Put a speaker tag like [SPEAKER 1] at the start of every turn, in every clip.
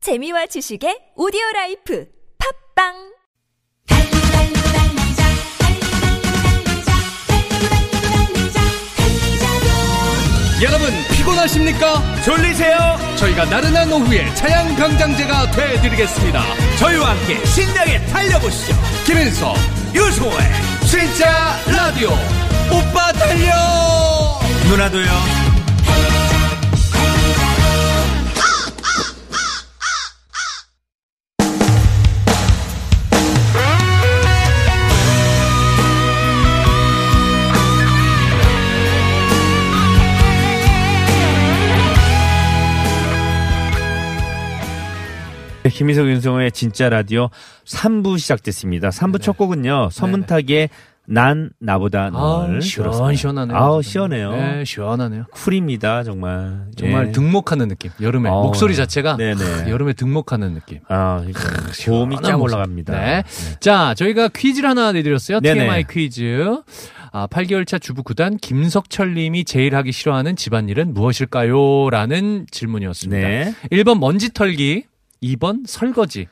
[SPEAKER 1] 재미와 지식의 오디오 라이프 팝빵
[SPEAKER 2] 달리달리달리자 달리달리달리자 달리달리달리자 달리자요
[SPEAKER 3] 여러분 피곤하십니까?
[SPEAKER 4] 졸리세요?
[SPEAKER 3] 저희가 나른한 오후에 차양 강장제가 되어드리겠습니다.
[SPEAKER 4] 저희와 함께 신나게 달려보시죠.
[SPEAKER 3] 김인석
[SPEAKER 4] 유소의
[SPEAKER 3] 진짜 라디오 오빠 달려.
[SPEAKER 4] 누나도요.
[SPEAKER 5] 네, 김희석 윤성호의 진짜 라디오 3부 시작됐습니다. 3부
[SPEAKER 3] 네.
[SPEAKER 5] 첫 곡은요. 서문탁의 난 나보다 널
[SPEAKER 6] 아,
[SPEAKER 5] 들었습니다.
[SPEAKER 6] 시원시원하네요.
[SPEAKER 5] 아우, 시원해요.
[SPEAKER 6] 네, 시원하네요.
[SPEAKER 5] 쿨입니다. 정말.
[SPEAKER 6] 정말
[SPEAKER 5] 예.
[SPEAKER 6] 등목하는 느낌. 여름에
[SPEAKER 5] 어,
[SPEAKER 6] 목소리 자체가
[SPEAKER 5] 네네.
[SPEAKER 3] 아,
[SPEAKER 6] 크, 여름에 등목하는 느낌.
[SPEAKER 5] 아, 이거 고음이 쫙
[SPEAKER 6] 시원한
[SPEAKER 5] 올라갑니다.
[SPEAKER 6] 네. 자, 저희가 퀴즈를 하나 내드렸어요.
[SPEAKER 5] 네네.
[SPEAKER 6] TMI 퀴즈. 아, 8개월 차 주부 구단 김석철 님이 제일 하기 싫어하는 집안일은 무엇일까요? 라는 질문이었습니다.
[SPEAKER 5] 네.
[SPEAKER 6] 1번 먼지 털기, 2번 설거지,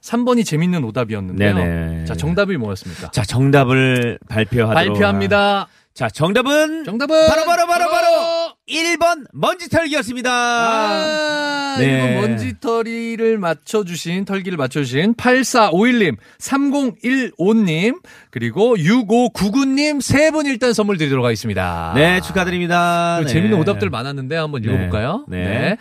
[SPEAKER 6] 3번이 재밌는 오답이었는데요.
[SPEAKER 5] 네네.
[SPEAKER 6] 자, 정답이 뭐였습니까?
[SPEAKER 5] 자, 정답을 발표하도록
[SPEAKER 6] 발표합니다.
[SPEAKER 5] 자, 정답은
[SPEAKER 6] 정답은
[SPEAKER 5] 바로 바로 바로 바로 1번 먼지 털기였습니다.
[SPEAKER 6] 아,
[SPEAKER 5] 네.
[SPEAKER 6] 이거 먼지털이를 맞춰주신, 털기를 맞춰주신 8451님, 3015님, 그리고 6599님 세 분 일단 선물 드리도록 하겠습니다.
[SPEAKER 5] 네, 축하드립니다.
[SPEAKER 6] 그리고
[SPEAKER 5] 네.
[SPEAKER 6] 재밌는 오답들 많았는데 한번
[SPEAKER 5] 네.
[SPEAKER 6] 읽어볼까요?
[SPEAKER 5] 네.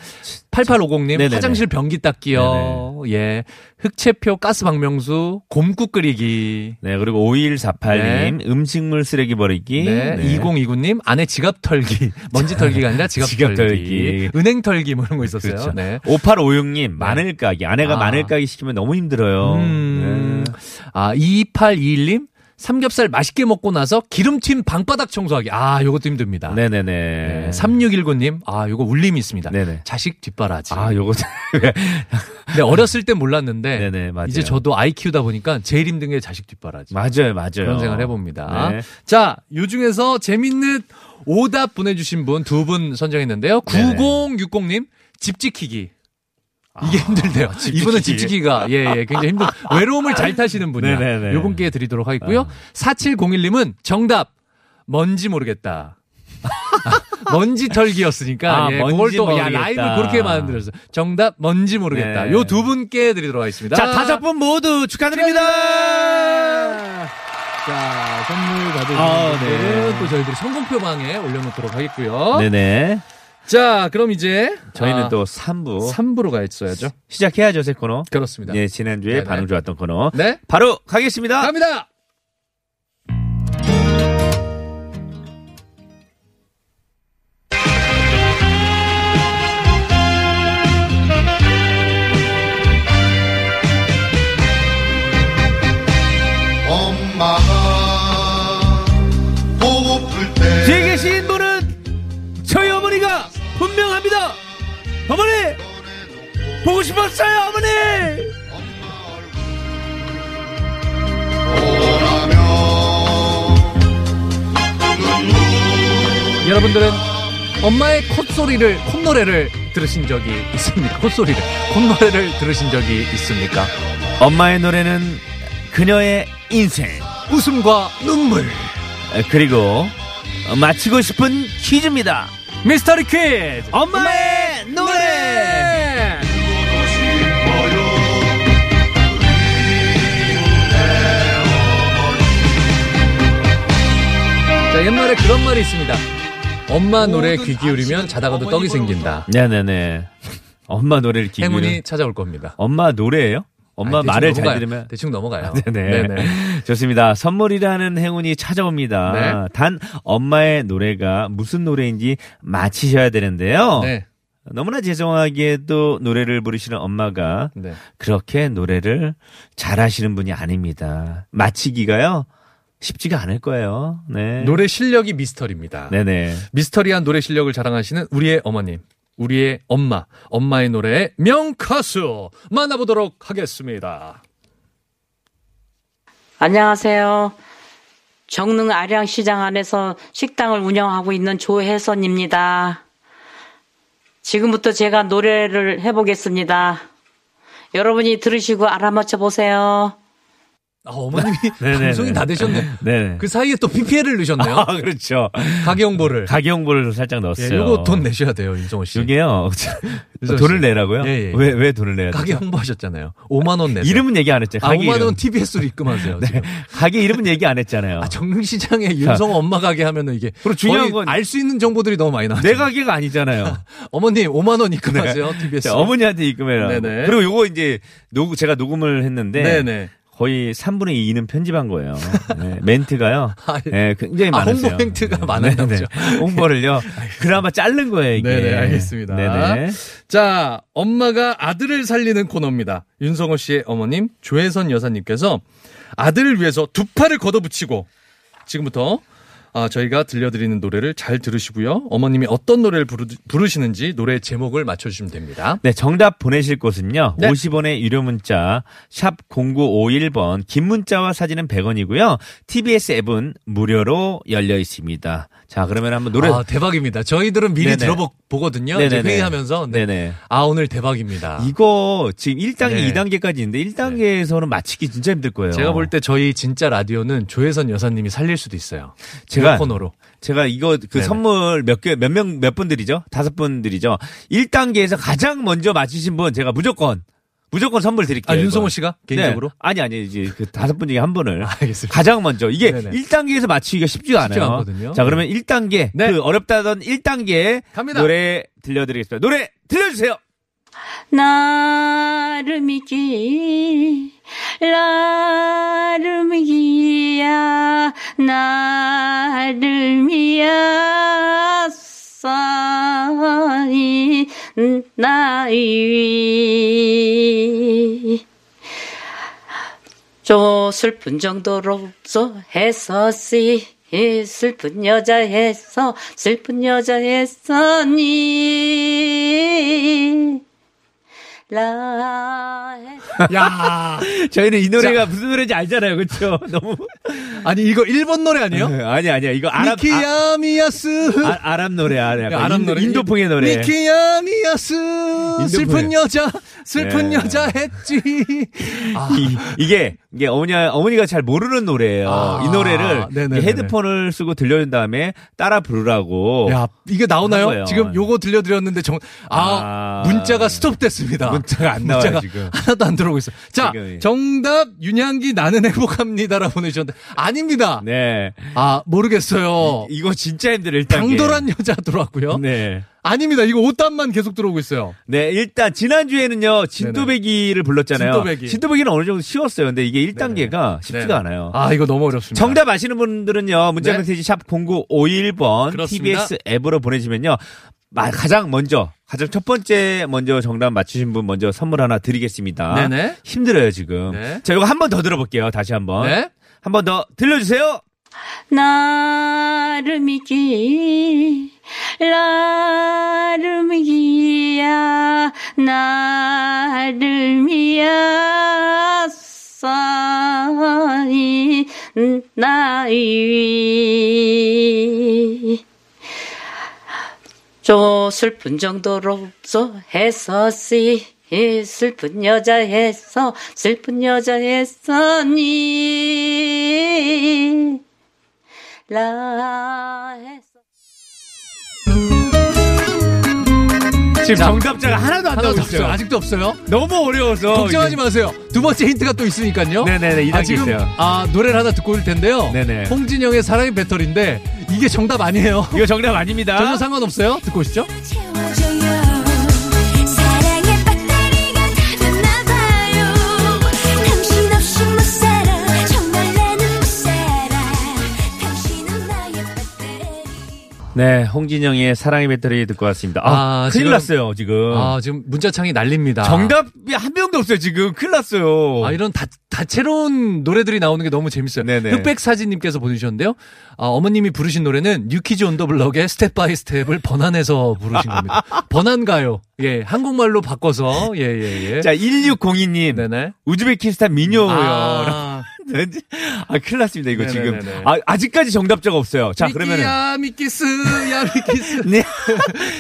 [SPEAKER 6] 8850님,
[SPEAKER 5] 네네네. 네,
[SPEAKER 6] 화장실 변기 닦기요. 예. 흑채표 가스 박명수, 곰국 끓이기.
[SPEAKER 5] 네, 그리고 5148님 음식물 쓰레기 버리기.
[SPEAKER 6] 네. 2029님, 아내 지갑 털기. 먼지 털기가 아니라 지갑,
[SPEAKER 5] 지갑 털기.
[SPEAKER 6] 털기. 은행 털기, 뭐 이런 거 있었어요.
[SPEAKER 5] 그렇죠.
[SPEAKER 6] 네.
[SPEAKER 5] 5856님, 마늘 까기. 아내가
[SPEAKER 6] 아.
[SPEAKER 5] 마늘 까기 시키면 너무 힘들어요.
[SPEAKER 6] 음. 아, 2821님 삼겹살 맛있게 먹고 나서 기름튄 방바닥 청소하기. 아, 요것도 힘듭니다.
[SPEAKER 5] 네. 네네네.
[SPEAKER 6] 네. 3619님, 아, 요거 울림이 있습니다.
[SPEAKER 5] 네네.
[SPEAKER 6] 자식 뒷바라지.
[SPEAKER 5] 아, 요거.
[SPEAKER 6] 근데 어렸을 땐 몰랐는데,
[SPEAKER 5] 네네, 맞아요.
[SPEAKER 6] 이제 저도 아이 키우다 보니까 제일 힘든 게 자식 뒷바라지.
[SPEAKER 5] 맞아요, 맞아요.
[SPEAKER 6] 그런 생각을 해봅니다.
[SPEAKER 5] 네.
[SPEAKER 6] 자, 요 중에서 재밌는 오답 보내주신 분 두 분
[SPEAKER 5] 네.
[SPEAKER 6] 선정했는데요. 9060님, 집 지키기.
[SPEAKER 5] 아,
[SPEAKER 6] 이게 힘들대요. 이분은 집 지키기가, 예, 예, 굉장히 힘들, 외로움을 잘 타시는 분이에요.
[SPEAKER 5] 네네네. 아.
[SPEAKER 6] 요번 기회에 드리도록 하겠고요. 4701님은 정답, 뭔지 모르겠다. 먼지 털기였으니까
[SPEAKER 5] 아,
[SPEAKER 6] 예,
[SPEAKER 5] 뭔지
[SPEAKER 6] 그걸 또 야,
[SPEAKER 5] 모르겠다.
[SPEAKER 6] 라이브 그렇게 만들었어요. 정답 뭔지 모르겠다.
[SPEAKER 5] 네.
[SPEAKER 6] 요 두 분께 드리도록 하겠습니다.
[SPEAKER 5] 자, 다섯 분 모두 축하드립니다.
[SPEAKER 6] 자, 선물 받으신
[SPEAKER 5] 아,
[SPEAKER 6] 분들은
[SPEAKER 5] 네.
[SPEAKER 6] 또 저희들이 성공표 방에 올려놓도록 하겠고요. 어?
[SPEAKER 5] 네네.
[SPEAKER 6] 자, 그럼 이제
[SPEAKER 5] 저희는
[SPEAKER 6] 아,
[SPEAKER 5] 또 3부
[SPEAKER 6] 3부로 가 있어야죠.
[SPEAKER 5] 시작해야죠, 새 코너.
[SPEAKER 6] 그렇습니다.
[SPEAKER 5] 예, 지난주에
[SPEAKER 6] 네네.
[SPEAKER 5] 반응 좋았던 코너.
[SPEAKER 6] 네,
[SPEAKER 5] 바로 가겠습니다.
[SPEAKER 6] 갑니다.
[SPEAKER 7] 엄마가 보고플 때
[SPEAKER 5] 뒤에 계신 분은 저희 어머니가 분명합니다. 어머니! 보고 싶었어요, 어머니!
[SPEAKER 7] 오라면
[SPEAKER 6] 여러분들은 엄마의 콧소리를 콧노래를 들으신 적이 있습니까? 콧소리를 콧노래를 들으신 적이 있습니까?
[SPEAKER 5] 엄마의 노래는 그녀의 인생.
[SPEAKER 6] 웃음과 눈물.
[SPEAKER 5] 그리고 마치고 싶은 퀴즈입니다.
[SPEAKER 6] 미스터리 퀴즈.
[SPEAKER 5] 엄마의, 노래!
[SPEAKER 6] 자, 옛날에 그런 말이 있습니다. 엄마 노래 귀 기울이면 자다가도 떡이 생긴다.
[SPEAKER 5] 네네네. 엄마 노래를 기분.
[SPEAKER 6] 행운이 찾아올 겁니다.
[SPEAKER 5] 엄마 노래예요? 엄마
[SPEAKER 6] 아니, 대충
[SPEAKER 5] 말을 잘
[SPEAKER 6] 넘어가요.
[SPEAKER 5] 들으면 아,
[SPEAKER 6] 대충 넘어가요.
[SPEAKER 5] 네네.
[SPEAKER 6] 네네.
[SPEAKER 5] 좋습니다. 선물이라는 행운이 찾아옵니다.
[SPEAKER 6] 네.
[SPEAKER 5] 단 엄마의 노래가 무슨 노래인지 맞히셔야 되는데요.
[SPEAKER 6] 네.
[SPEAKER 5] 너무나 죄송하게도 노래를 부르시는 엄마가
[SPEAKER 6] 네.
[SPEAKER 5] 그렇게 노래를 잘하시는 분이 아닙니다. 맞히기가요 쉽지가 않을 거예요. 네.
[SPEAKER 6] 노래 실력이 미스터리입니다.
[SPEAKER 5] 네네.
[SPEAKER 6] 미스터리한 노래 실력을 자랑하시는 우리의 어머님, 우리의 엄마, 엄마의 노래의 명가수 만나보도록 하겠습니다.
[SPEAKER 8] 안녕하세요. 정릉 아량시장 안에서 식당을 운영하고 있는 조혜선입니다. 지금부터 제가 노래를 해보겠습니다. 여러분이 들으시고 알아맞혀 보세요.
[SPEAKER 6] 아, 어머님이
[SPEAKER 5] 네네네.
[SPEAKER 6] 방송이 다 되셨네.
[SPEAKER 5] 네.
[SPEAKER 6] 그 사이에 또 PPL을 넣으셨네요.
[SPEAKER 5] 아, 그렇죠.
[SPEAKER 6] 가게 홍보를.
[SPEAKER 5] 가게 홍보를 살짝
[SPEAKER 6] 예,
[SPEAKER 5] 넣었어요.
[SPEAKER 6] 요거 돈 내셔야 돼요, 윤성호 씨.
[SPEAKER 5] 요게요.
[SPEAKER 6] 유선 씨.
[SPEAKER 5] 돈을 내라고요?
[SPEAKER 6] 예, 예, 예.
[SPEAKER 5] 왜, 왜 돈을 내야
[SPEAKER 6] 가게
[SPEAKER 5] 되죠?
[SPEAKER 6] 홍보하셨잖아요. 5만 원 내세요.
[SPEAKER 5] 이름은 네. 얘기 안 했죠.
[SPEAKER 6] 아,
[SPEAKER 5] 가게
[SPEAKER 6] 5만
[SPEAKER 5] 이름.
[SPEAKER 6] 원 TBS로 입금하세요. 지금.
[SPEAKER 5] 가게 이름은 얘기 안 했잖아요.
[SPEAKER 6] 아, 정릉시장에 윤성호 엄마 가게 하면은 이게
[SPEAKER 5] 그리고 중요한 건- 네.
[SPEAKER 6] 알 수 있는 정보들이 너무 많이 나와요.
[SPEAKER 5] 내 가게가 아니잖아요.
[SPEAKER 6] 어머님 5만 원 입금하세요. TBS.
[SPEAKER 5] 네. 자, 어머니한테 입금해라.
[SPEAKER 6] 네네.
[SPEAKER 5] 그리고 요거 이제 녹 제가 녹음을 했는데
[SPEAKER 6] 네네.
[SPEAKER 5] 거의 3분의 2는 편집한 거예요. 네, 멘트가요.
[SPEAKER 6] 아,
[SPEAKER 5] 네, 굉장히
[SPEAKER 6] 아,
[SPEAKER 5] 많았어요.
[SPEAKER 6] 홍보 멘트가
[SPEAKER 5] 네,
[SPEAKER 6] 많았나
[SPEAKER 5] 네, 네. 홍보를요. 그나마 자른 거예요, 이게.
[SPEAKER 6] 네네, 알겠습니다.
[SPEAKER 5] 네네.
[SPEAKER 6] 자, 엄마가 아들을 살리는 코너입니다. 윤성호 씨의 어머님 조혜선 여사님께서 아들을 위해서 두 팔을 걷어붙이고 지금부터 아, 저희가 들려드리는 노래를 잘 들으시고요. 어머님이 어떤 노래를 부르, 시는지 노래 제목을 맞춰주시면 됩니다.
[SPEAKER 5] 네, 정답 보내실 곳은요.
[SPEAKER 6] 네.
[SPEAKER 5] 50원의 유료 문자 샵 0951번 긴 문자와 사진은 100원이고요. TBS 앱은 무료로 열려 있습니다. 자, 그러면 한번 노래
[SPEAKER 6] 아, 대박입니다. 저희들은 미리
[SPEAKER 5] 네네.
[SPEAKER 6] 들어보거든요. 아, 이제
[SPEAKER 5] 네네네.
[SPEAKER 6] 회의하면서. 네.
[SPEAKER 5] 네네.
[SPEAKER 6] 아, 오늘 대박입니다.
[SPEAKER 5] 이거 지금 1단계,
[SPEAKER 6] 네.
[SPEAKER 5] 2단계까지 있는데 1단계에서는 마치기 진짜 힘들 거예요.
[SPEAKER 6] 제가 볼 때 저희 진짜 라디오는 조혜선 여사님이 살릴 수도 있어요.
[SPEAKER 5] 제가-
[SPEAKER 6] 이 코너로.
[SPEAKER 5] 제가 이거 그
[SPEAKER 6] 네네.
[SPEAKER 5] 선물 몇 개, 몇 명, 몇 분들이죠? 다섯 분들이죠? 1단계에서 가장 먼저 맞히신 분 제가 무조건, 무조건 선물 드릴게요.
[SPEAKER 6] 아,
[SPEAKER 5] 이거.
[SPEAKER 6] 윤성호 씨가
[SPEAKER 5] 네.
[SPEAKER 6] 개인적으로?
[SPEAKER 5] 아니, 아니, 이제 그 다섯 분 중에 한 분을.
[SPEAKER 6] 알겠습니다.
[SPEAKER 5] 가장 먼저. 이게
[SPEAKER 6] 네네.
[SPEAKER 5] 1단계에서 맞추기가 쉽지가 않아요.
[SPEAKER 6] 쉽지가 않거든요.
[SPEAKER 5] 자, 그러면 1단계.
[SPEAKER 6] 네.
[SPEAKER 5] 그 어렵다던 1단계.
[SPEAKER 6] 갑니다.
[SPEAKER 5] 노래 들려드리겠습니다. 노래 들려주세요!
[SPEAKER 8] 나를 믿기 나를 믿기야 나를 미야사이 나이 저 슬픈 정도로 서 했었지 이 슬픈 여자 했어 슬픈 여자 했었니 라
[SPEAKER 6] 야
[SPEAKER 5] 저희는 이 노래가 무슨 노래인지 알잖아요. 그렇죠 너무.
[SPEAKER 6] 아니, 이거 일본 노래 아니에요?
[SPEAKER 5] 네, 아니, 아니야. 이거 아랍, 아,
[SPEAKER 6] 네. 미키야미야스. 네,
[SPEAKER 5] 아, 아랍 노래야. 약간
[SPEAKER 6] 아랍
[SPEAKER 5] 인도,
[SPEAKER 6] 노래.
[SPEAKER 5] 인도풍의 노래.
[SPEAKER 6] 미키야미야스. 슬픈 여자, 슬픈
[SPEAKER 5] 네.
[SPEAKER 6] 여자 했지. 아,
[SPEAKER 5] 이, 이게 이게 어머니 어머니가 잘 모르는 노래예요.
[SPEAKER 6] 아,
[SPEAKER 5] 이 노래를
[SPEAKER 6] 네네네네.
[SPEAKER 5] 이렇게 헤드폰을 쓰고 들려준 다음에 따라 부르라고.
[SPEAKER 6] 야, 이게
[SPEAKER 5] 한
[SPEAKER 6] 나오나요?
[SPEAKER 5] 거예요.
[SPEAKER 6] 지금 요거 들려드렸는데 정, 아,
[SPEAKER 5] 아.
[SPEAKER 6] 문자가 스톱됐습니다.
[SPEAKER 5] 문자가 안 나와요, 지금.
[SPEAKER 6] 하나도 안 들어오고 있어. 자,
[SPEAKER 5] 지금.
[SPEAKER 6] 정답, 윤향기 나는 행복합니다라 보내주셨는데, 아닙니다.
[SPEAKER 5] 네.
[SPEAKER 6] 아, 모르겠어요.
[SPEAKER 5] 이거 진짜 힘들어 일단.
[SPEAKER 6] 당돌한 여자 들어왔고요.
[SPEAKER 5] 네.
[SPEAKER 6] 아닙니다. 이거 오답만 계속 들어오고 있어요.
[SPEAKER 5] 네, 일단 지난주에는요. 진또배기를 불렀잖아요.
[SPEAKER 6] 진또배기.
[SPEAKER 5] 는 어느 정도 쉬웠어요. 근데 이게 1단계가 쉽지가
[SPEAKER 6] 네.
[SPEAKER 5] 않아요.
[SPEAKER 6] 아, 이거 너무 어렵습니다.
[SPEAKER 5] 정답 아시는 분들은요. 문자
[SPEAKER 6] 네.
[SPEAKER 5] 메시지 샵 0951번
[SPEAKER 6] 그렇습니다.
[SPEAKER 5] TBS 앱으로 보내시면요. 마- 가장 먼저 가장 첫 번째 먼저 정답 맞추신 분 먼저 선물 하나 드리겠습니다.
[SPEAKER 6] 네네.
[SPEAKER 5] 힘들어요 지금.
[SPEAKER 6] 네.
[SPEAKER 5] 자 이거 한 번 더 들어볼게요. 다시 한 번.
[SPEAKER 6] 네.
[SPEAKER 5] 한 번 더 들려주세요.
[SPEAKER 8] 나를 믿기 나를 믿기야 나를 미야사이 나이 저 슬픈 정도로 서 했었지 이 슬픈 여자 했어 슬픈 여자 했었니 라 했어
[SPEAKER 5] 지금 정답자가 하나도 안
[SPEAKER 6] 하나
[SPEAKER 5] 나오고
[SPEAKER 6] 더 없어요.
[SPEAKER 5] 있어요.
[SPEAKER 6] 아직도 없어요.
[SPEAKER 5] 너무 어려워서
[SPEAKER 6] 걱정하지
[SPEAKER 5] 이게-
[SPEAKER 6] 마세요. 두 번째 힌트가 또 있으니까요.
[SPEAKER 5] 네네네, 이
[SPEAKER 6] 아,
[SPEAKER 5] 단계
[SPEAKER 6] 지금
[SPEAKER 5] 있어요.
[SPEAKER 6] 아 노래를 하나 듣고 올 텐데요.
[SPEAKER 5] 네네.
[SPEAKER 6] 홍진영의 사랑의 배터리인데 이게 정답 아니에요.
[SPEAKER 5] 이거 정답 아닙니다.
[SPEAKER 6] 전혀 상관없어요. 듣고 오시죠.
[SPEAKER 2] 채워줘요 사랑의 배터리가 닿았나봐요 당신 없이 못살아 정말 나는 못살아 당신은 나의 배터리
[SPEAKER 5] 네, 홍진영의 사랑의 배터리 듣고 왔습니다. 아,
[SPEAKER 6] 아,
[SPEAKER 5] 큰일
[SPEAKER 6] 지금-
[SPEAKER 5] 났어요 지금.
[SPEAKER 6] 아 지금 문자창이 난립니다.
[SPEAKER 5] 정답이 한 명도 없어요 지금. 큰일 났어요.
[SPEAKER 6] 아, 이런 다, 다채로운 노래들이 나오는 게 너무 재밌어요.
[SPEAKER 5] 네네.
[SPEAKER 6] 흑백사진님께서 보내주셨는데요. 아, 어머님이 부르신 노래는 뉴키즈 온 더 블럭의 스텝 바이 스텝을 번안해서 부르신 겁니다. 번안가요. 예, 한국말로 바꿔서. 예, 예, 예.
[SPEAKER 5] 자 1602님
[SPEAKER 6] 네네.
[SPEAKER 5] 우즈베키스탄 민요요.
[SPEAKER 6] 아,
[SPEAKER 5] 왠지- 아, 큰일 났습니다, 이거 지금.
[SPEAKER 6] 네네네네.
[SPEAKER 5] 아, 아직까지 정답자가 없어요. 자, 그러면은.
[SPEAKER 6] 미끼야 미끼스 야 미끼스
[SPEAKER 5] 네.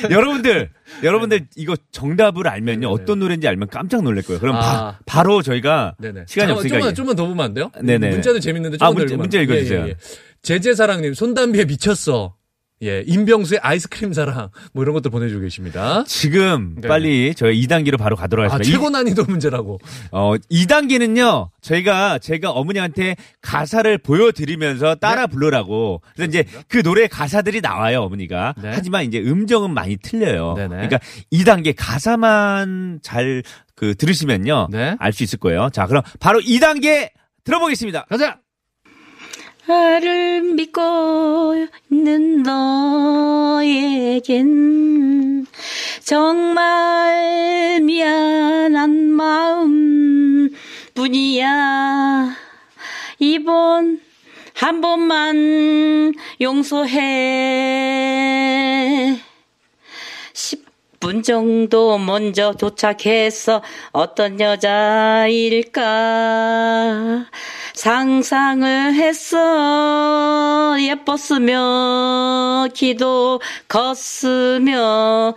[SPEAKER 5] 여러분들, 여러분들 이거 정답을 알면요. 어떤 노래인지 알면 깜짝 놀랄 거예요. 그럼
[SPEAKER 6] 아.
[SPEAKER 5] 바, 로 저희가 시간이 없으니까.
[SPEAKER 6] 좀만,
[SPEAKER 5] 이-
[SPEAKER 6] 좀만 더 보면 안 돼요?
[SPEAKER 5] 네네.
[SPEAKER 6] 문자도 재밌는데
[SPEAKER 5] 아,
[SPEAKER 6] 좀만 더 읽으면
[SPEAKER 5] 문자- 문자
[SPEAKER 6] 안 돼요?
[SPEAKER 5] 읽어주세요.
[SPEAKER 6] 예. 제제사랑님 손담비에 미쳤어. 예, 임병수의 아이스크림 사랑 뭐 이런 것들 보내주고 계십니다.
[SPEAKER 5] 지금
[SPEAKER 6] 네.
[SPEAKER 5] 빨리 저희 2단계로 바로 가도록
[SPEAKER 6] 아,
[SPEAKER 5] 하겠습니다.
[SPEAKER 6] 최고 난이도 문제라고.
[SPEAKER 5] 어, 2단계는요, 저희가, 제가 어머니한테 가사를 보여드리면서 따라
[SPEAKER 6] 네.
[SPEAKER 5] 부르라고. 그래서 이제 그 노래 가사들이 나와요, 어머니가.
[SPEAKER 6] 그렇죠. 네.
[SPEAKER 5] 하지만 이제 음정은 많이 틀려요.
[SPEAKER 6] 네네.
[SPEAKER 5] 그러니까 2단계 가사만 잘, 그, 들으시면요.
[SPEAKER 6] 네.
[SPEAKER 5] 알 수 있을 거예요. 자, 그럼 바로 2단계 들어보겠습니다.
[SPEAKER 6] 가자.
[SPEAKER 8] 나를 믿고 있는 너에겐 정말 미안한 마음 뿐이야. 이번 한 번만 용서해. 10분 정도 먼저 도착해서 어떤 여자일까 상상을 했어 예뻤으며 키도 컸으며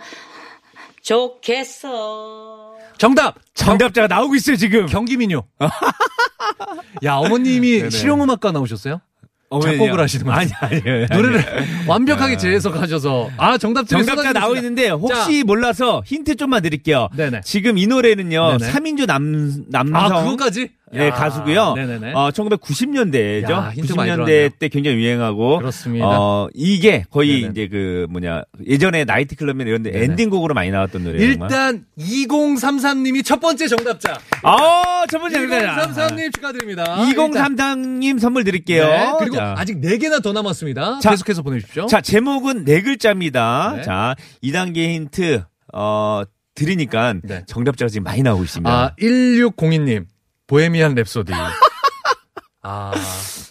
[SPEAKER 8] 좋겠어
[SPEAKER 6] 정답.
[SPEAKER 5] 정답자가 나오고 있어요, 지금.
[SPEAKER 6] 경기민요. 야, 어머님이 실용음악과 나오셨어요?
[SPEAKER 5] 어머니요.
[SPEAKER 6] 작곡을 하시는 분.
[SPEAKER 5] 아니, 아니에요. 아니에요.
[SPEAKER 6] 노래를 완벽하게 재해석하셔서 아 정답 드리겠습니다.
[SPEAKER 5] 정답자 나오 있는데 혹시 몰라서 힌트 좀만 드릴게요.
[SPEAKER 6] 네네.
[SPEAKER 5] 지금 이 노래는요.
[SPEAKER 6] 네네.
[SPEAKER 5] 삼인조남 남성
[SPEAKER 6] 아 그거까지?
[SPEAKER 5] 네,
[SPEAKER 6] 야,
[SPEAKER 5] 가수고요.
[SPEAKER 6] 네네네.
[SPEAKER 5] 어, 1990년대죠.
[SPEAKER 6] 야, 힌트 많이
[SPEAKER 5] 90년대
[SPEAKER 6] 들어왔네요.
[SPEAKER 5] 때 굉장히 유행하고
[SPEAKER 6] 그렇습니다.
[SPEAKER 5] 어, 이게 거의
[SPEAKER 6] 네네.
[SPEAKER 5] 이제 그 뭐냐 예전에 나이트 클럽이나 이런 데 엔딩곡으로 많이 나왔던 노래예요. 정말.
[SPEAKER 6] 일단 2033님이 첫 번째 정답자.
[SPEAKER 5] 아,
[SPEAKER 6] 네,
[SPEAKER 5] 첫 번째 정답자.
[SPEAKER 6] 2033님 축하드립니다.
[SPEAKER 5] 2033님 아, 선물 드릴게요.
[SPEAKER 6] 아, 일단, 네, 그리고
[SPEAKER 5] 자.
[SPEAKER 6] 아직 네 개나 더 남았습니다.
[SPEAKER 5] 자,
[SPEAKER 6] 계속해서 보내주십시오.
[SPEAKER 5] 자, 제목은 네 글자입니다.
[SPEAKER 6] 네.
[SPEAKER 5] 자, 2단계 힌트, 어, 드리니까
[SPEAKER 6] 네.
[SPEAKER 5] 정답자가 지금 많이 나오고 있습니다.
[SPEAKER 6] 아 1602님 보헤미안 랩소디. 아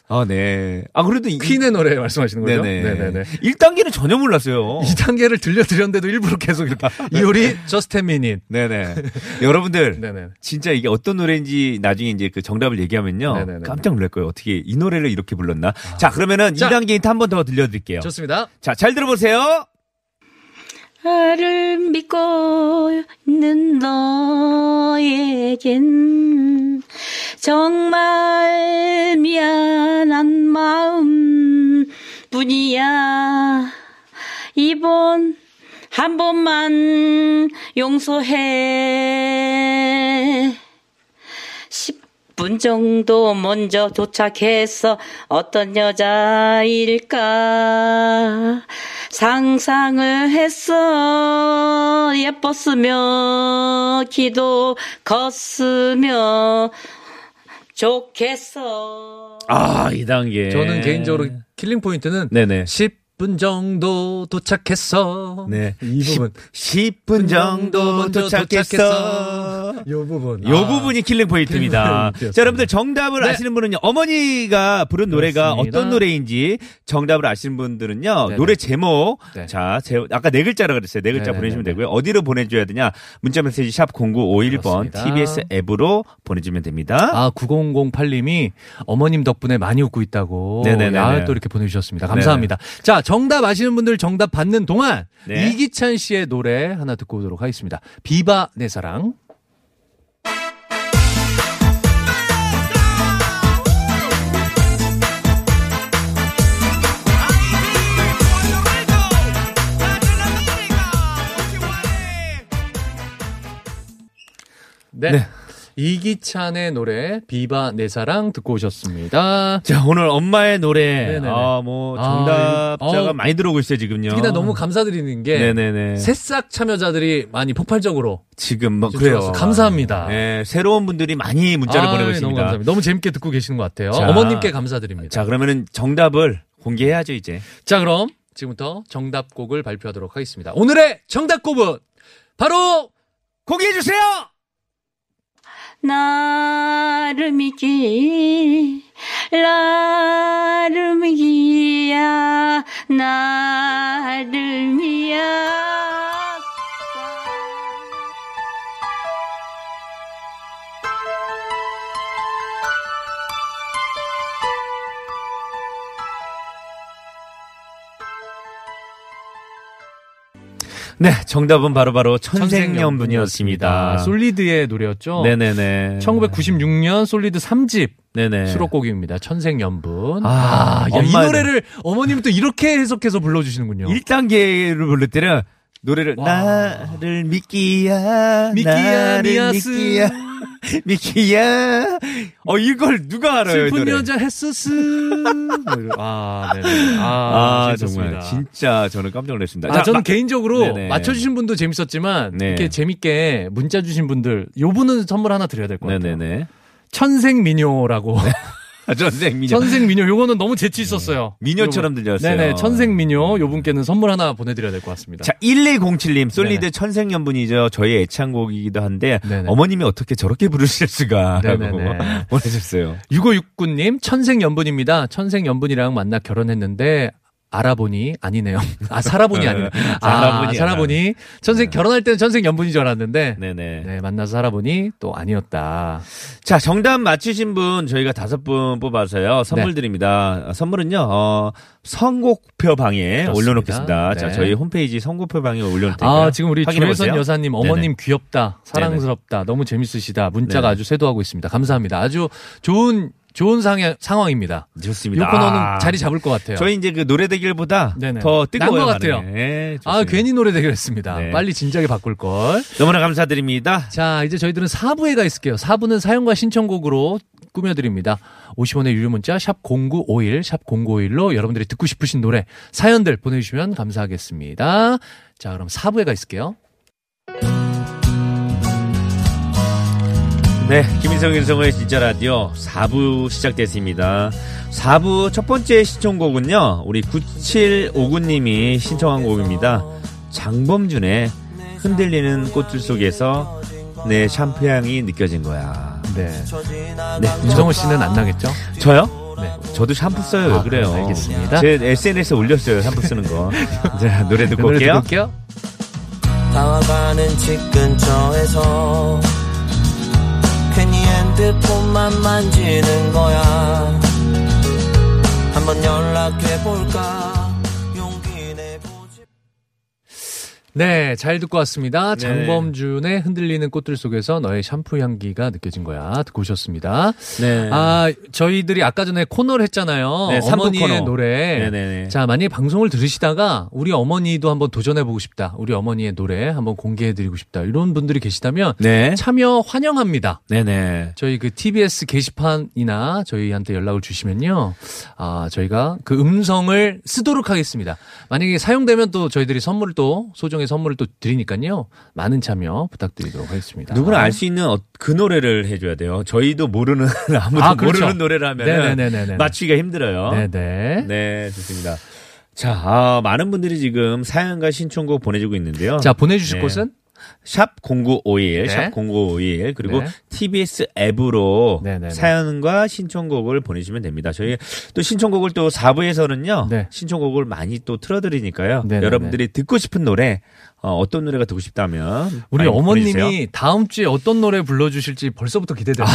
[SPEAKER 5] 아, 네. 아, 그래도 이-
[SPEAKER 6] 퀸의 노래 말씀하시는 거죠?
[SPEAKER 5] 네네.
[SPEAKER 6] 네네네.
[SPEAKER 5] 1단계는 전혀 몰랐어요.
[SPEAKER 6] 이 단계를 들려드렸는데도 일부러 계속 이렇게 이효리 Just a Minute.
[SPEAKER 5] 네네. 여러분들.
[SPEAKER 6] 네네.
[SPEAKER 5] 진짜 이게 어떤 노래인지 나중에 이제 그 정답을 얘기하면요.
[SPEAKER 6] 네네네. 아.
[SPEAKER 5] 깜짝 놀랄 거예요. 어떻게 이 노래를 이렇게 불렀나. 자, 그러면은
[SPEAKER 6] 자.
[SPEAKER 5] 2단계 힌트 한 번 더 들려드릴게요.
[SPEAKER 6] 좋습니다.
[SPEAKER 5] 자, 잘 들어보세요.
[SPEAKER 8] 나를 믿고 있는 너에겐 정말 미안한 마음 뿐이야. 이번 한 번만 용서해. 10분 정도 먼저 도착해서 어떤 여자일까 상상을 했어 예뻤으며 키도 컸으며 좋겠어
[SPEAKER 5] 아, 2단계.
[SPEAKER 6] 저는 개인적으로 킬링 포인트는
[SPEAKER 5] 네네.
[SPEAKER 6] 10분 정도 도착했어.
[SPEAKER 5] 네.
[SPEAKER 6] 이 부분.
[SPEAKER 5] 10, 분 정도 도착했어.
[SPEAKER 6] 요 부분.
[SPEAKER 5] 요
[SPEAKER 6] 아.
[SPEAKER 5] 부분이 킬링 포인트입니다.
[SPEAKER 6] 킬링 포인트였습니다.
[SPEAKER 5] 자, 여러분들 정답을
[SPEAKER 6] 네.
[SPEAKER 5] 아시는 분은요. 어머니가 부른 노래가
[SPEAKER 6] 그렇습니다.
[SPEAKER 5] 어떤 노래인지 정답을 아시는 분들은요.
[SPEAKER 6] 네네.
[SPEAKER 5] 노래 제목.
[SPEAKER 6] 네.
[SPEAKER 5] 자, 제- 아까 네 글자라고 그랬어요. 네 글자
[SPEAKER 6] 네네네네.
[SPEAKER 5] 보내주시면 되고요. 어디로 보내줘야 되냐. 문자 메시지 샵 0951번
[SPEAKER 6] 그렇습니다.
[SPEAKER 5] TBS 앱으로 보내주면 됩니다.
[SPEAKER 6] 아, 9008님이 어머님 덕분에 많이 웃고 있다고.
[SPEAKER 5] 네네네네.
[SPEAKER 6] 아, 또 이렇게 보내주셨습니다. 감사합니다. 자, 정답 아시는 분들 정답 받는 동안
[SPEAKER 5] 네.
[SPEAKER 6] 이기찬 씨의 노래 하나 듣고 오도록 하겠습니다. 비바 내 사랑. 네. 이기찬의 노래 비바 내 사랑 듣고 오셨습니다.
[SPEAKER 5] 자, 오늘 엄마의 노래.
[SPEAKER 6] 네네네.
[SPEAKER 5] 아, 뭐,
[SPEAKER 6] 아,
[SPEAKER 5] 정답자가
[SPEAKER 6] 어.
[SPEAKER 5] 많이 들어오고 있어요, 지금요.
[SPEAKER 6] 특히나 너무 감사드리는 게
[SPEAKER 5] 네네네.
[SPEAKER 6] 새싹 참여자들이 많이 폭발적으로
[SPEAKER 5] 지금 뭐,
[SPEAKER 6] 지금
[SPEAKER 5] 그래요.
[SPEAKER 6] 들어와서 감사합니다.
[SPEAKER 5] 네, 새로운 분들이 많이 문자를
[SPEAKER 6] 아이,
[SPEAKER 5] 보내고
[SPEAKER 6] 너무
[SPEAKER 5] 있습니다.
[SPEAKER 6] 감사합니다. 너무 재밌게 듣고 계시는 것 같아요.
[SPEAKER 5] 자.
[SPEAKER 6] 어머님께 감사드립니다. 자,
[SPEAKER 5] 자, 그러면은 정답을 공개해야죠, 이제.
[SPEAKER 6] 그럼 지금부터 정답곡을 발표하도록 하겠습니다. 오늘의 정답곡은 바로
[SPEAKER 5] 공개해주세요!
[SPEAKER 8] 나를 믿기 나를 믿기야 나를 미야
[SPEAKER 2] 나를
[SPEAKER 5] 네, 정답은 바로바로
[SPEAKER 6] 천생연분이었습니다. 어.
[SPEAKER 5] 천생연분이었습니다.
[SPEAKER 6] 솔리드의 노래였죠.
[SPEAKER 5] 네네네.
[SPEAKER 6] 1996년 솔리드 3집
[SPEAKER 5] 네네.
[SPEAKER 6] 수록곡입니다. 천생연분.
[SPEAKER 5] 아,
[SPEAKER 6] 아, 야, 이
[SPEAKER 5] 엄마의
[SPEAKER 6] 노래를 어머님이 또 이렇게 해석해서 불러주시는군요.
[SPEAKER 5] 1단계를 부를 때는 노래를 나를 미끼야
[SPEAKER 6] 미끼야,
[SPEAKER 5] 나를
[SPEAKER 6] 미야스.
[SPEAKER 5] 미끼야 미끼야 어 이걸 누가 알아요 네, 이
[SPEAKER 6] 슬픈
[SPEAKER 5] 노래
[SPEAKER 6] 여자 햇스스. 뭐 이런- 아, 네네. 아,
[SPEAKER 5] 아,
[SPEAKER 6] 재밌었습니다.
[SPEAKER 5] 정말 진짜 저는 깜짝 놀랐습니다
[SPEAKER 6] 아,
[SPEAKER 5] 자,
[SPEAKER 6] 저는
[SPEAKER 5] 마-
[SPEAKER 6] 개인적으로
[SPEAKER 5] 네네.
[SPEAKER 6] 맞춰주신 분도 재밌었지만
[SPEAKER 5] 네.
[SPEAKER 6] 이렇게 재밌게 문자 주신 분들 요 분은 선물 하나 드려야 될 것 같아요.
[SPEAKER 5] 네네네
[SPEAKER 6] 천생미녀라고.
[SPEAKER 5] 아, 전생 미녀
[SPEAKER 6] 천생미녀 요거는 너무 재치 있었어요.
[SPEAKER 5] 네. 미녀처럼 들렸어요. 음.
[SPEAKER 6] 네네. 천생미녀 요 분께는 선물 하나 보내드려야 될 것 같습니다.
[SPEAKER 5] 자 1107님 솔리드
[SPEAKER 6] 그러니까. 네네.
[SPEAKER 5] 천생연분이죠 저희 애창곡이기도 한데
[SPEAKER 6] 네네.
[SPEAKER 5] 어머님이 어떻게 저렇게 부르실 수가라고
[SPEAKER 6] 네네네.
[SPEAKER 5] 보내셨어요
[SPEAKER 6] 6569님 천생연분입니다. 천생연분이랑 만나 결혼했는데 알아보니 아니네요. 아 살아보니 아니네. 아
[SPEAKER 5] 살아보니 네.
[SPEAKER 6] 살아보니 천생 결혼할 때는 천생연분인 줄 알았는데
[SPEAKER 5] 네네
[SPEAKER 6] 네 만나서 살아보니 또 아니었다.
[SPEAKER 5] 자, 정답 맞추신 분 저희가 다섯 분 뽑아서요. 선물
[SPEAKER 6] 네.
[SPEAKER 5] 드립니다. 아, 선물은요. 어, 선곡표 방에
[SPEAKER 6] 그렇습니다.
[SPEAKER 5] 올려 놓겠습니다. 자,
[SPEAKER 6] 네.
[SPEAKER 5] 저희 홈페이지 선곡표 방에 올려 놓을 테니까.
[SPEAKER 6] 아 지금 우리 조혜선 여사님 어머님 귀엽다 사랑스럽다 너무 재밌으시다 문자가
[SPEAKER 5] 네네.
[SPEAKER 6] 아주 쇄도하고 있습니다. 감사합니다. 아주 좋은 좋은 상황 상황입니다. 이
[SPEAKER 5] 좋습니다.
[SPEAKER 6] 코너는
[SPEAKER 5] 아,
[SPEAKER 6] 자리 잡을 것 같아요.
[SPEAKER 5] 저희 이제 그 노래 대결보다
[SPEAKER 6] 네네.
[SPEAKER 5] 더
[SPEAKER 6] 난것
[SPEAKER 5] 뜨거워요.
[SPEAKER 6] 같아요.
[SPEAKER 5] 반응이. 예,
[SPEAKER 6] 아
[SPEAKER 5] 좋습니다.
[SPEAKER 6] 괜히 노래 되겠습니다.
[SPEAKER 5] 네.
[SPEAKER 6] 빨리 진작에 바꿀 걸.
[SPEAKER 5] 너무나 감사드립니다.
[SPEAKER 6] 자, 이제 저희들은 4부에 가 있을게요. 4부는 사연과 신청곡으로 꾸며드립니다. 50원의 유료 문자, 샵0951, 샵0951로 여러분들이 듣고 싶으신 노래, 사연들 보내주시면 감사하겠습니다. 자, 그럼 4부에 가 있을게요.
[SPEAKER 5] 네, 김인성 일성의 진짜 라디오 4부 시작됐습니다. 4부 첫 번째 시청곡은요. 우리 9759님이 신청한 곡입니다. 장범준의 흔들리는 꽃들 속에서 내 샴푸 향이 느껴진 거야.
[SPEAKER 6] 네.
[SPEAKER 5] 네,
[SPEAKER 6] 이정호 씨는 안 나겠죠?
[SPEAKER 5] 저, 요
[SPEAKER 6] 네.
[SPEAKER 5] 저도 샴푸 써요.
[SPEAKER 6] 아,
[SPEAKER 5] 왜 그래요?
[SPEAKER 6] 알겠습니다.
[SPEAKER 5] 제 SNS에 올렸어요. 샴푸 쓰는 거. 자, 네, 노래 듣고
[SPEAKER 6] 노래
[SPEAKER 5] 올게요.
[SPEAKER 6] 들을게요.
[SPEAKER 9] 다와가는 집 근처에서 괜히 핸드폰만 만지는 거야 한번 연락해볼까 용기 내보지
[SPEAKER 6] 네, 잘 듣고 왔습니다.
[SPEAKER 5] 네.
[SPEAKER 6] 장범준의 흔들리는 꽃들 속에서 너의 샴푸 향기가 느껴진 거야. 듣고 오셨습니다.
[SPEAKER 5] 네.
[SPEAKER 6] 아, 저희들이 아까 전에 코너를 했잖아요.
[SPEAKER 5] 네, 삼부
[SPEAKER 6] 어머니의
[SPEAKER 5] 코너.
[SPEAKER 6] 노래.
[SPEAKER 5] 네네네.
[SPEAKER 6] 자, 만약에 방송을 들으시다가 우리 어머니도 한번 도전해보고 싶다. 우리 어머니의 노래 한번 공개해드리고 싶다. 이런 분들이 계시다면
[SPEAKER 5] 네.
[SPEAKER 6] 참여 환영합니다.
[SPEAKER 5] 네네.
[SPEAKER 6] 저희 그 TBS 게시판이나 저희한테 연락을 주시면요. 아, 저희가 그 음성을 쓰도록 하겠습니다. 만약에 사용되면 또 저희들이 선물을 또, 소정의 선물을 또 드리니까요. 많은 참여 부탁드리도록 하겠습니다.
[SPEAKER 5] 누구나 알 수 있는 어- 그 노래를 해줘야 돼요. 저희도 모르는 아무도
[SPEAKER 6] 아, 그렇죠.
[SPEAKER 5] 모르는 노래를
[SPEAKER 6] 네네네네네.
[SPEAKER 5] 하면 맞추기가 힘들어요.
[SPEAKER 6] 네네.
[SPEAKER 5] 네, 좋습니다. 자, 아, 많은 분들이 지금 사연과 신청곡 보내주고 있는데요.
[SPEAKER 6] 자, 보내주실
[SPEAKER 5] 네.
[SPEAKER 6] 곳은?
[SPEAKER 5] 샵 0951,
[SPEAKER 6] 네.
[SPEAKER 5] 샵 0951, 그리고
[SPEAKER 6] 네.
[SPEAKER 5] TBS 앱으로
[SPEAKER 6] 네네네.
[SPEAKER 5] 사연과 신청곡을 보내주시면 됩니다. 저희 또 신청곡을 또 4부에서는요,
[SPEAKER 6] 네.
[SPEAKER 5] 신청곡을 많이 또 틀어드리니까요.
[SPEAKER 6] 네네네.
[SPEAKER 5] 여러분들이 듣고 싶은 노래, 어, 떤 노래가 듣고 싶다면.
[SPEAKER 6] 우리
[SPEAKER 5] 많이
[SPEAKER 6] 어머님이
[SPEAKER 5] 보내주세요. 아,
[SPEAKER 6] 다음 주에 어떤 노래 불러주실지 벌써부터 기대되고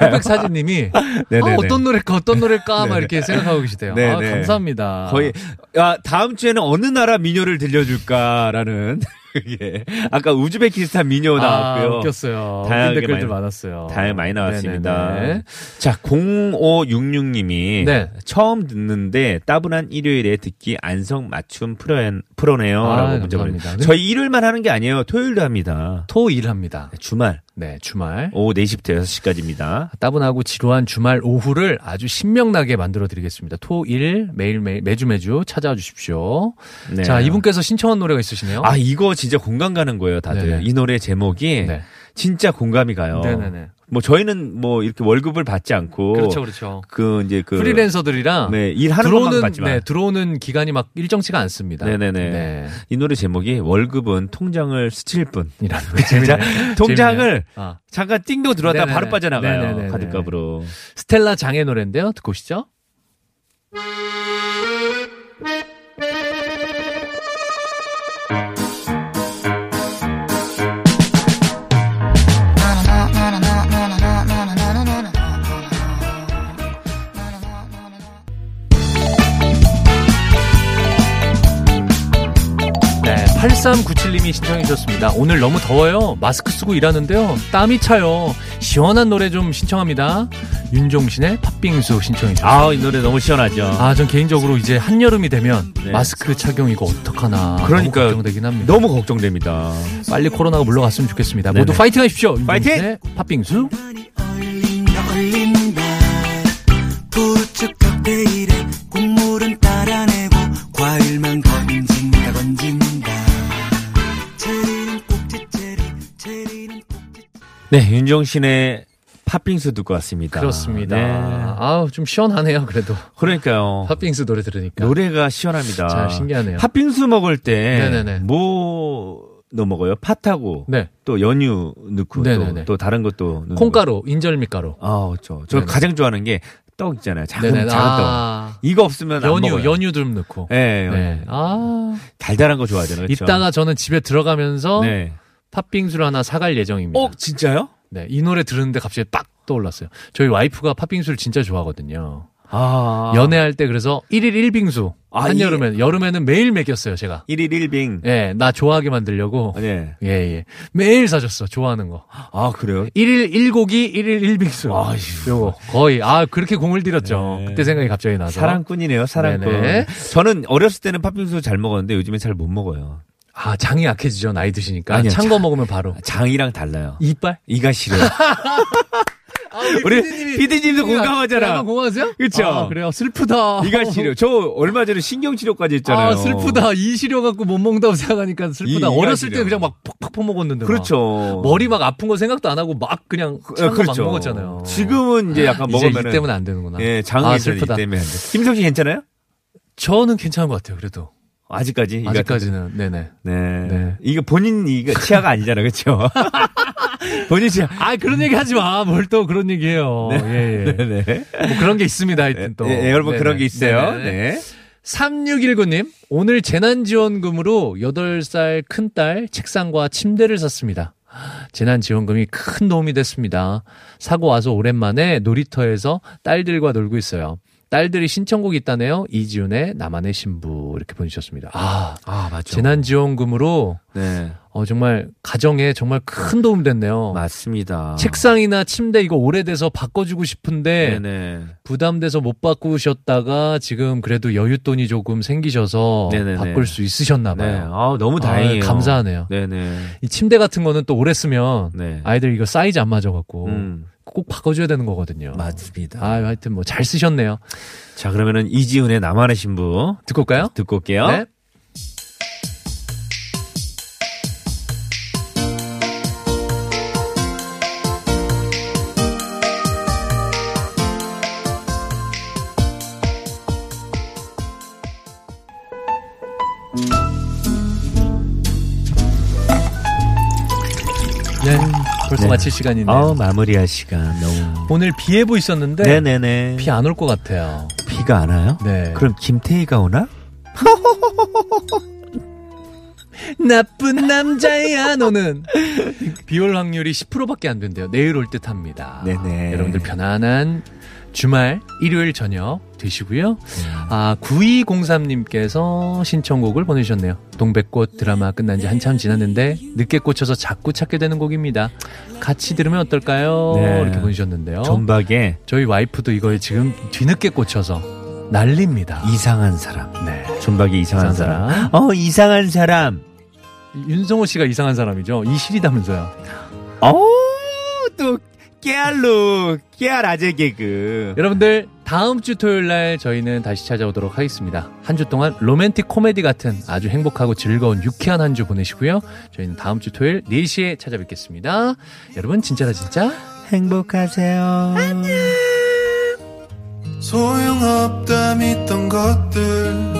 [SPEAKER 6] 백백사진님이
[SPEAKER 5] 네네네. 네,
[SPEAKER 6] 아, 어떤 노래일까 어떤 노래일까 막 이렇게 생각하고 계시대요. 아,
[SPEAKER 5] 네네.
[SPEAKER 6] 감사합니다.
[SPEAKER 5] 거의, 아, 다음 주에는 어느 나라 민요를 들려줄까라는. 예. 아까 우즈베키스탄 민요
[SPEAKER 6] 아,
[SPEAKER 5] 나왔고요.
[SPEAKER 6] 웃겼어요.
[SPEAKER 5] 다양하게
[SPEAKER 6] 웃긴 댓글들
[SPEAKER 5] 많이-
[SPEAKER 6] 많았어요 네,
[SPEAKER 5] 다행 많이 나왔습니다.
[SPEAKER 6] 네네네.
[SPEAKER 5] 자, 0566님이
[SPEAKER 6] 네.
[SPEAKER 5] 처음 듣는데 따분한 일요일에 듣기 안성 맞춤 풀어, 풀어내요.
[SPEAKER 6] 아,
[SPEAKER 5] 라고 문자
[SPEAKER 6] 감사합니다.
[SPEAKER 5] 보내주세요. 저희 일요일만 하는 게 아니에요. 토요일도 합니다.
[SPEAKER 6] 토일합니다.
[SPEAKER 5] 주말
[SPEAKER 6] 네 주말
[SPEAKER 5] 오후 4시부터 6시까지입니다.
[SPEAKER 6] 따분하고 지루한 주말 오후를 아주 신명나게 만들어 드리겠습니다. 토일 매일 매일 매주 매주 찾아와 주십시오.
[SPEAKER 5] 네.
[SPEAKER 6] 자 이분께서 신청한 노래가 있으시네요.
[SPEAKER 5] 아, 예. 이거 진짜 공감 가는 거예요, 다들.
[SPEAKER 6] 네네.
[SPEAKER 5] 이 노래 제목이
[SPEAKER 6] 네.
[SPEAKER 5] 진짜 공감이 가요.
[SPEAKER 6] 네네네.
[SPEAKER 5] 뭐 저희는 뭐 이렇게 월급을 받지 않고
[SPEAKER 6] 그렇죠 그렇죠.
[SPEAKER 5] 그 이제 그
[SPEAKER 6] 프리랜서들이랑
[SPEAKER 5] 네, 일하는 것만
[SPEAKER 6] 들어오는
[SPEAKER 5] 받지만
[SPEAKER 6] 네, 들어오는 기간이 막 일정치가 않습니다.
[SPEAKER 5] 네네네.
[SPEAKER 6] 네.
[SPEAKER 5] 이 노래 제목이 월급은 통장을 스칠 뿐.
[SPEAKER 6] 이라는 거 재밌네.
[SPEAKER 5] 자, 그 통장을
[SPEAKER 6] 재밌네요. 아,
[SPEAKER 5] 잠깐 띵동 들어왔다 가
[SPEAKER 6] 네네네.
[SPEAKER 5] 바로 빠져나가요.
[SPEAKER 6] 네네네네.
[SPEAKER 5] 카드값으로.
[SPEAKER 6] 스텔라 장의 노래인데요. 듣고 오시죠. 네, 8397님이 신청해 주셨습니다. 오늘 너무 더워요. 마스크 쓰고 일하는데요. 땀이 차요. 시원한 노래 좀 신청합니다. 윤종신의 팥빙수 신청해 주셨습니다.
[SPEAKER 5] 아, 이 노래 너무 시원하죠.
[SPEAKER 6] 아, 전 개인적으로 이제 한여름이 되면
[SPEAKER 5] 네.
[SPEAKER 6] 마스크 착용 이거 어떡하나.
[SPEAKER 5] 그러니까요.
[SPEAKER 6] 너무 걱정되긴 합니다.
[SPEAKER 5] 너무 걱정됩니다.
[SPEAKER 6] 빨리 코로나가 물러갔으면 좋겠습니다. 모두
[SPEAKER 5] 네네.
[SPEAKER 6] 파이팅 하십시오.
[SPEAKER 5] 파이팅!
[SPEAKER 6] 윤종신의 팥빙수.
[SPEAKER 5] 네, 윤정신의 팥빙수 듣고 왔습니다.
[SPEAKER 6] 그렇습니다.
[SPEAKER 5] 네.
[SPEAKER 6] 아우, 좀 시원하네요. 그래도.
[SPEAKER 5] 그러니까요.
[SPEAKER 6] 팥빙수 노래 들으니까.
[SPEAKER 5] 노래가 시원합니다.
[SPEAKER 6] 참 신기하네요.
[SPEAKER 5] 팥빙수 먹을
[SPEAKER 6] 네네네.
[SPEAKER 5] 때 뭐 넣어먹어요? 팥하고
[SPEAKER 6] 네.
[SPEAKER 5] 또 연유 넣고 또,
[SPEAKER 6] 네네네.
[SPEAKER 5] 또 다른 것도 넣는
[SPEAKER 6] 콩가루, 인절미가루.
[SPEAKER 5] 거. 아, 그렇죠. 저
[SPEAKER 6] 네네.
[SPEAKER 5] 가장 좋아하는 게 떡 있잖아요. 작은
[SPEAKER 6] 네네.
[SPEAKER 5] 작은
[SPEAKER 6] 아.
[SPEAKER 5] 떡. 이거 없으면 안
[SPEAKER 6] 연유,
[SPEAKER 5] 먹어요.
[SPEAKER 6] 연유 좀 넣고.
[SPEAKER 5] 예,
[SPEAKER 6] 네. 아.
[SPEAKER 5] 달달한 거 좋아하잖아요. 그렇죠?
[SPEAKER 6] 이따가 저는 집에 들어가면서
[SPEAKER 5] 네.
[SPEAKER 6] 팥빙수를 하나 사갈 예정입니다.
[SPEAKER 5] 어, 진짜요?
[SPEAKER 6] 네, 이 노래 들었는데 갑자기 빡 떠올랐어요. 저희 와이프가 팥빙수를 진짜 좋아하거든요.
[SPEAKER 5] 아.
[SPEAKER 6] 연애할 때 그래서 1일 1빙수.
[SPEAKER 5] 아,
[SPEAKER 6] 한여름엔, 여름에는 매일 먹였어요, 제가.
[SPEAKER 5] 1일 1빙.
[SPEAKER 6] 예, 나 좋아하게 만들려고.
[SPEAKER 5] 아, 네.
[SPEAKER 6] 예, 예. 매일 사줬어, 좋아하는 거.
[SPEAKER 5] 아, 그래요?
[SPEAKER 6] 1일 1고기, 1일 1빙수.
[SPEAKER 5] 아휴.
[SPEAKER 6] 요거. 거의, 아, 그렇게 공을 들였죠.
[SPEAKER 5] 네.
[SPEAKER 6] 그때 생각이 갑자기 나서.
[SPEAKER 5] 사랑꾼이네요, 사랑꾼.
[SPEAKER 6] 네네.
[SPEAKER 5] 저는 어렸을 때는 팥빙수 잘 먹었는데 요즘엔 잘 못 먹어요.
[SPEAKER 6] 아, 장이 약해지죠, 나이 드시니까.
[SPEAKER 5] 아니요,
[SPEAKER 6] 찬 거
[SPEAKER 5] 장-
[SPEAKER 6] 먹으면 바로.
[SPEAKER 5] 장이랑 달라요.
[SPEAKER 6] 이빨? 아,
[SPEAKER 5] 이가 싫어요. 우리 PD님도 공감하잖아.
[SPEAKER 6] 공감하세요?
[SPEAKER 5] 그쵸?
[SPEAKER 6] 아, 그래요? 슬프다.
[SPEAKER 5] 이가 싫어요. 저 얼마 전에 신경치료까지 했잖아요.
[SPEAKER 6] 아, 슬프다. 이 시려 갖고 못 먹는다고 생각하니까 슬프다.
[SPEAKER 5] 이- 이가
[SPEAKER 6] 어렸을 때
[SPEAKER 5] 시려.
[SPEAKER 6] 그냥 막 퍽퍽 퍼먹었는데. 막.
[SPEAKER 5] 그렇죠.
[SPEAKER 6] 머리 막 아픈 거 생각도 안 하고 막 그냥
[SPEAKER 5] 예,
[SPEAKER 6] 찬거막 먹었잖아요.
[SPEAKER 5] 지금은 이제 약간
[SPEAKER 6] 이제
[SPEAKER 5] 먹으면
[SPEAKER 6] 이 때문에 안 되는구나.
[SPEAKER 5] 예, 장이
[SPEAKER 6] 아,
[SPEAKER 5] 있어요, 이
[SPEAKER 6] 슬프다.
[SPEAKER 5] 때문에 안 돼. 김성 씨 괜찮아요?
[SPEAKER 6] 저는 괜찮은 것 같아요. 그래도
[SPEAKER 5] 아직까지 이가
[SPEAKER 6] 아직까지는 네네.
[SPEAKER 5] 네.
[SPEAKER 6] 네.
[SPEAKER 5] 이거 본인 이가 치아가 아니잖아. 그렇죠? 본인 치아.
[SPEAKER 6] 아 그런 얘기 하지 마. 뭘 또 그런 얘기해요. 예, 예.
[SPEAKER 5] 음. 네. 네.
[SPEAKER 6] 뭐 그런 게 있습니다. 하여튼 또.
[SPEAKER 5] 예, 여러분 그런 게 있어요.
[SPEAKER 6] 네네.
[SPEAKER 5] 네.
[SPEAKER 6] 3619님, 오늘 재난지원금으로 8살 큰딸 책상과 침대를 샀습니다. 재난지원금이 큰 도움이 됐습니다. 사고 와서 오랜만에 놀이터에서 딸들과 놀고 있어요. 딸들이 신청곡 있다네요. 이지훈의 나만의 신부. 이렇게 보내주셨습니다. 아,
[SPEAKER 5] 아, 맞죠.
[SPEAKER 6] 재난지원금으로
[SPEAKER 5] 네.
[SPEAKER 6] 어, 정말 가정에 정말 큰 도움이
[SPEAKER 5] 어.
[SPEAKER 6] 됐네요.
[SPEAKER 5] 맞습니다.
[SPEAKER 6] 책상이나 침대 이거 오래돼서 바꿔주고 싶은데
[SPEAKER 5] 네네.
[SPEAKER 6] 부담돼서 못 바꾸셨다가 지금 그래도 여윳돈이 조금 생기셔서
[SPEAKER 5] 네네네.
[SPEAKER 6] 바꿀 수 있으셨나
[SPEAKER 5] 네.
[SPEAKER 6] 봐요.
[SPEAKER 5] 아, 너무 다행이에요.
[SPEAKER 6] 아, 감사하네요.
[SPEAKER 5] 네네.
[SPEAKER 6] 이 침대 같은 거는 또 오래 쓰면
[SPEAKER 5] 네.
[SPEAKER 6] 아이들 이거 사이즈 안 맞아 갖고
[SPEAKER 5] 음.
[SPEAKER 6] 꼭 바꿔 줘야 되는 거거든요.
[SPEAKER 5] 맞습니다.
[SPEAKER 6] 아, 하여튼 뭐 잘 쓰셨네요.
[SPEAKER 5] 자, 그러면은 이지훈의 나만의 신부
[SPEAKER 6] 듣고 올까요?
[SPEAKER 5] 듣고 올게요.
[SPEAKER 6] 네. 네, 벌써
[SPEAKER 5] 네.
[SPEAKER 6] 마칠 시간이네요.
[SPEAKER 5] 어, 마무리할 시간 너무.
[SPEAKER 6] 오늘 비 예보 있었는데
[SPEAKER 5] 네네네. 아-
[SPEAKER 6] 비 안 올 것 같아요.
[SPEAKER 5] 가안 와요?
[SPEAKER 6] 네.
[SPEAKER 5] 그럼 김태희가 오나?
[SPEAKER 6] 나쁜 남자야 너는 비올 확률이 10%밖에 안 된대요. 내일 올 듯합니다.
[SPEAKER 5] 네네.
[SPEAKER 6] 여러분들 편안한 주말 일요일 저녁 되시고요. 아 9203님께서 신청곡을 보내주셨네요. 동백꽃 드라마 끝난 지 한참 지났는데 늦게 꽂혀서 자꾸 찾게 되는 곡입니다. 같이 들으면 어떨까요?
[SPEAKER 5] 네.
[SPEAKER 6] 이렇게 보내주셨는데요.
[SPEAKER 5] 전박의
[SPEAKER 6] 저희 와이프도 이거에 지금 뒤늦게 꽂혀서 난립니다.
[SPEAKER 5] 이상한 사람.
[SPEAKER 6] 네.
[SPEAKER 5] 존박의 이상한,
[SPEAKER 6] 이상한
[SPEAKER 5] 사람.
[SPEAKER 6] 사람.
[SPEAKER 5] 어, 이상한 사람.
[SPEAKER 6] 윤성호 씨가 이상한 사람이죠. 이 실이다면서요.
[SPEAKER 5] 어, 또 깨알로 깨알 아재 개그.
[SPEAKER 6] 네. 여러분들 다음 주 토요일 날 저희는 다시 찾아오도록 하겠습니다. 한 주 동안 로맨틱 코미디 같은 아주 행복하고 즐거운 유쾌한 한 주 보내시고요. 저희는 다음 주 토요일 4시에 찾아뵙겠습니다. 여러분 진짜라 진짜
[SPEAKER 5] 행복하세요. 안녕.
[SPEAKER 7] 소용없다 믿던 것들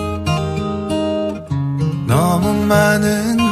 [SPEAKER 7] 너무 많은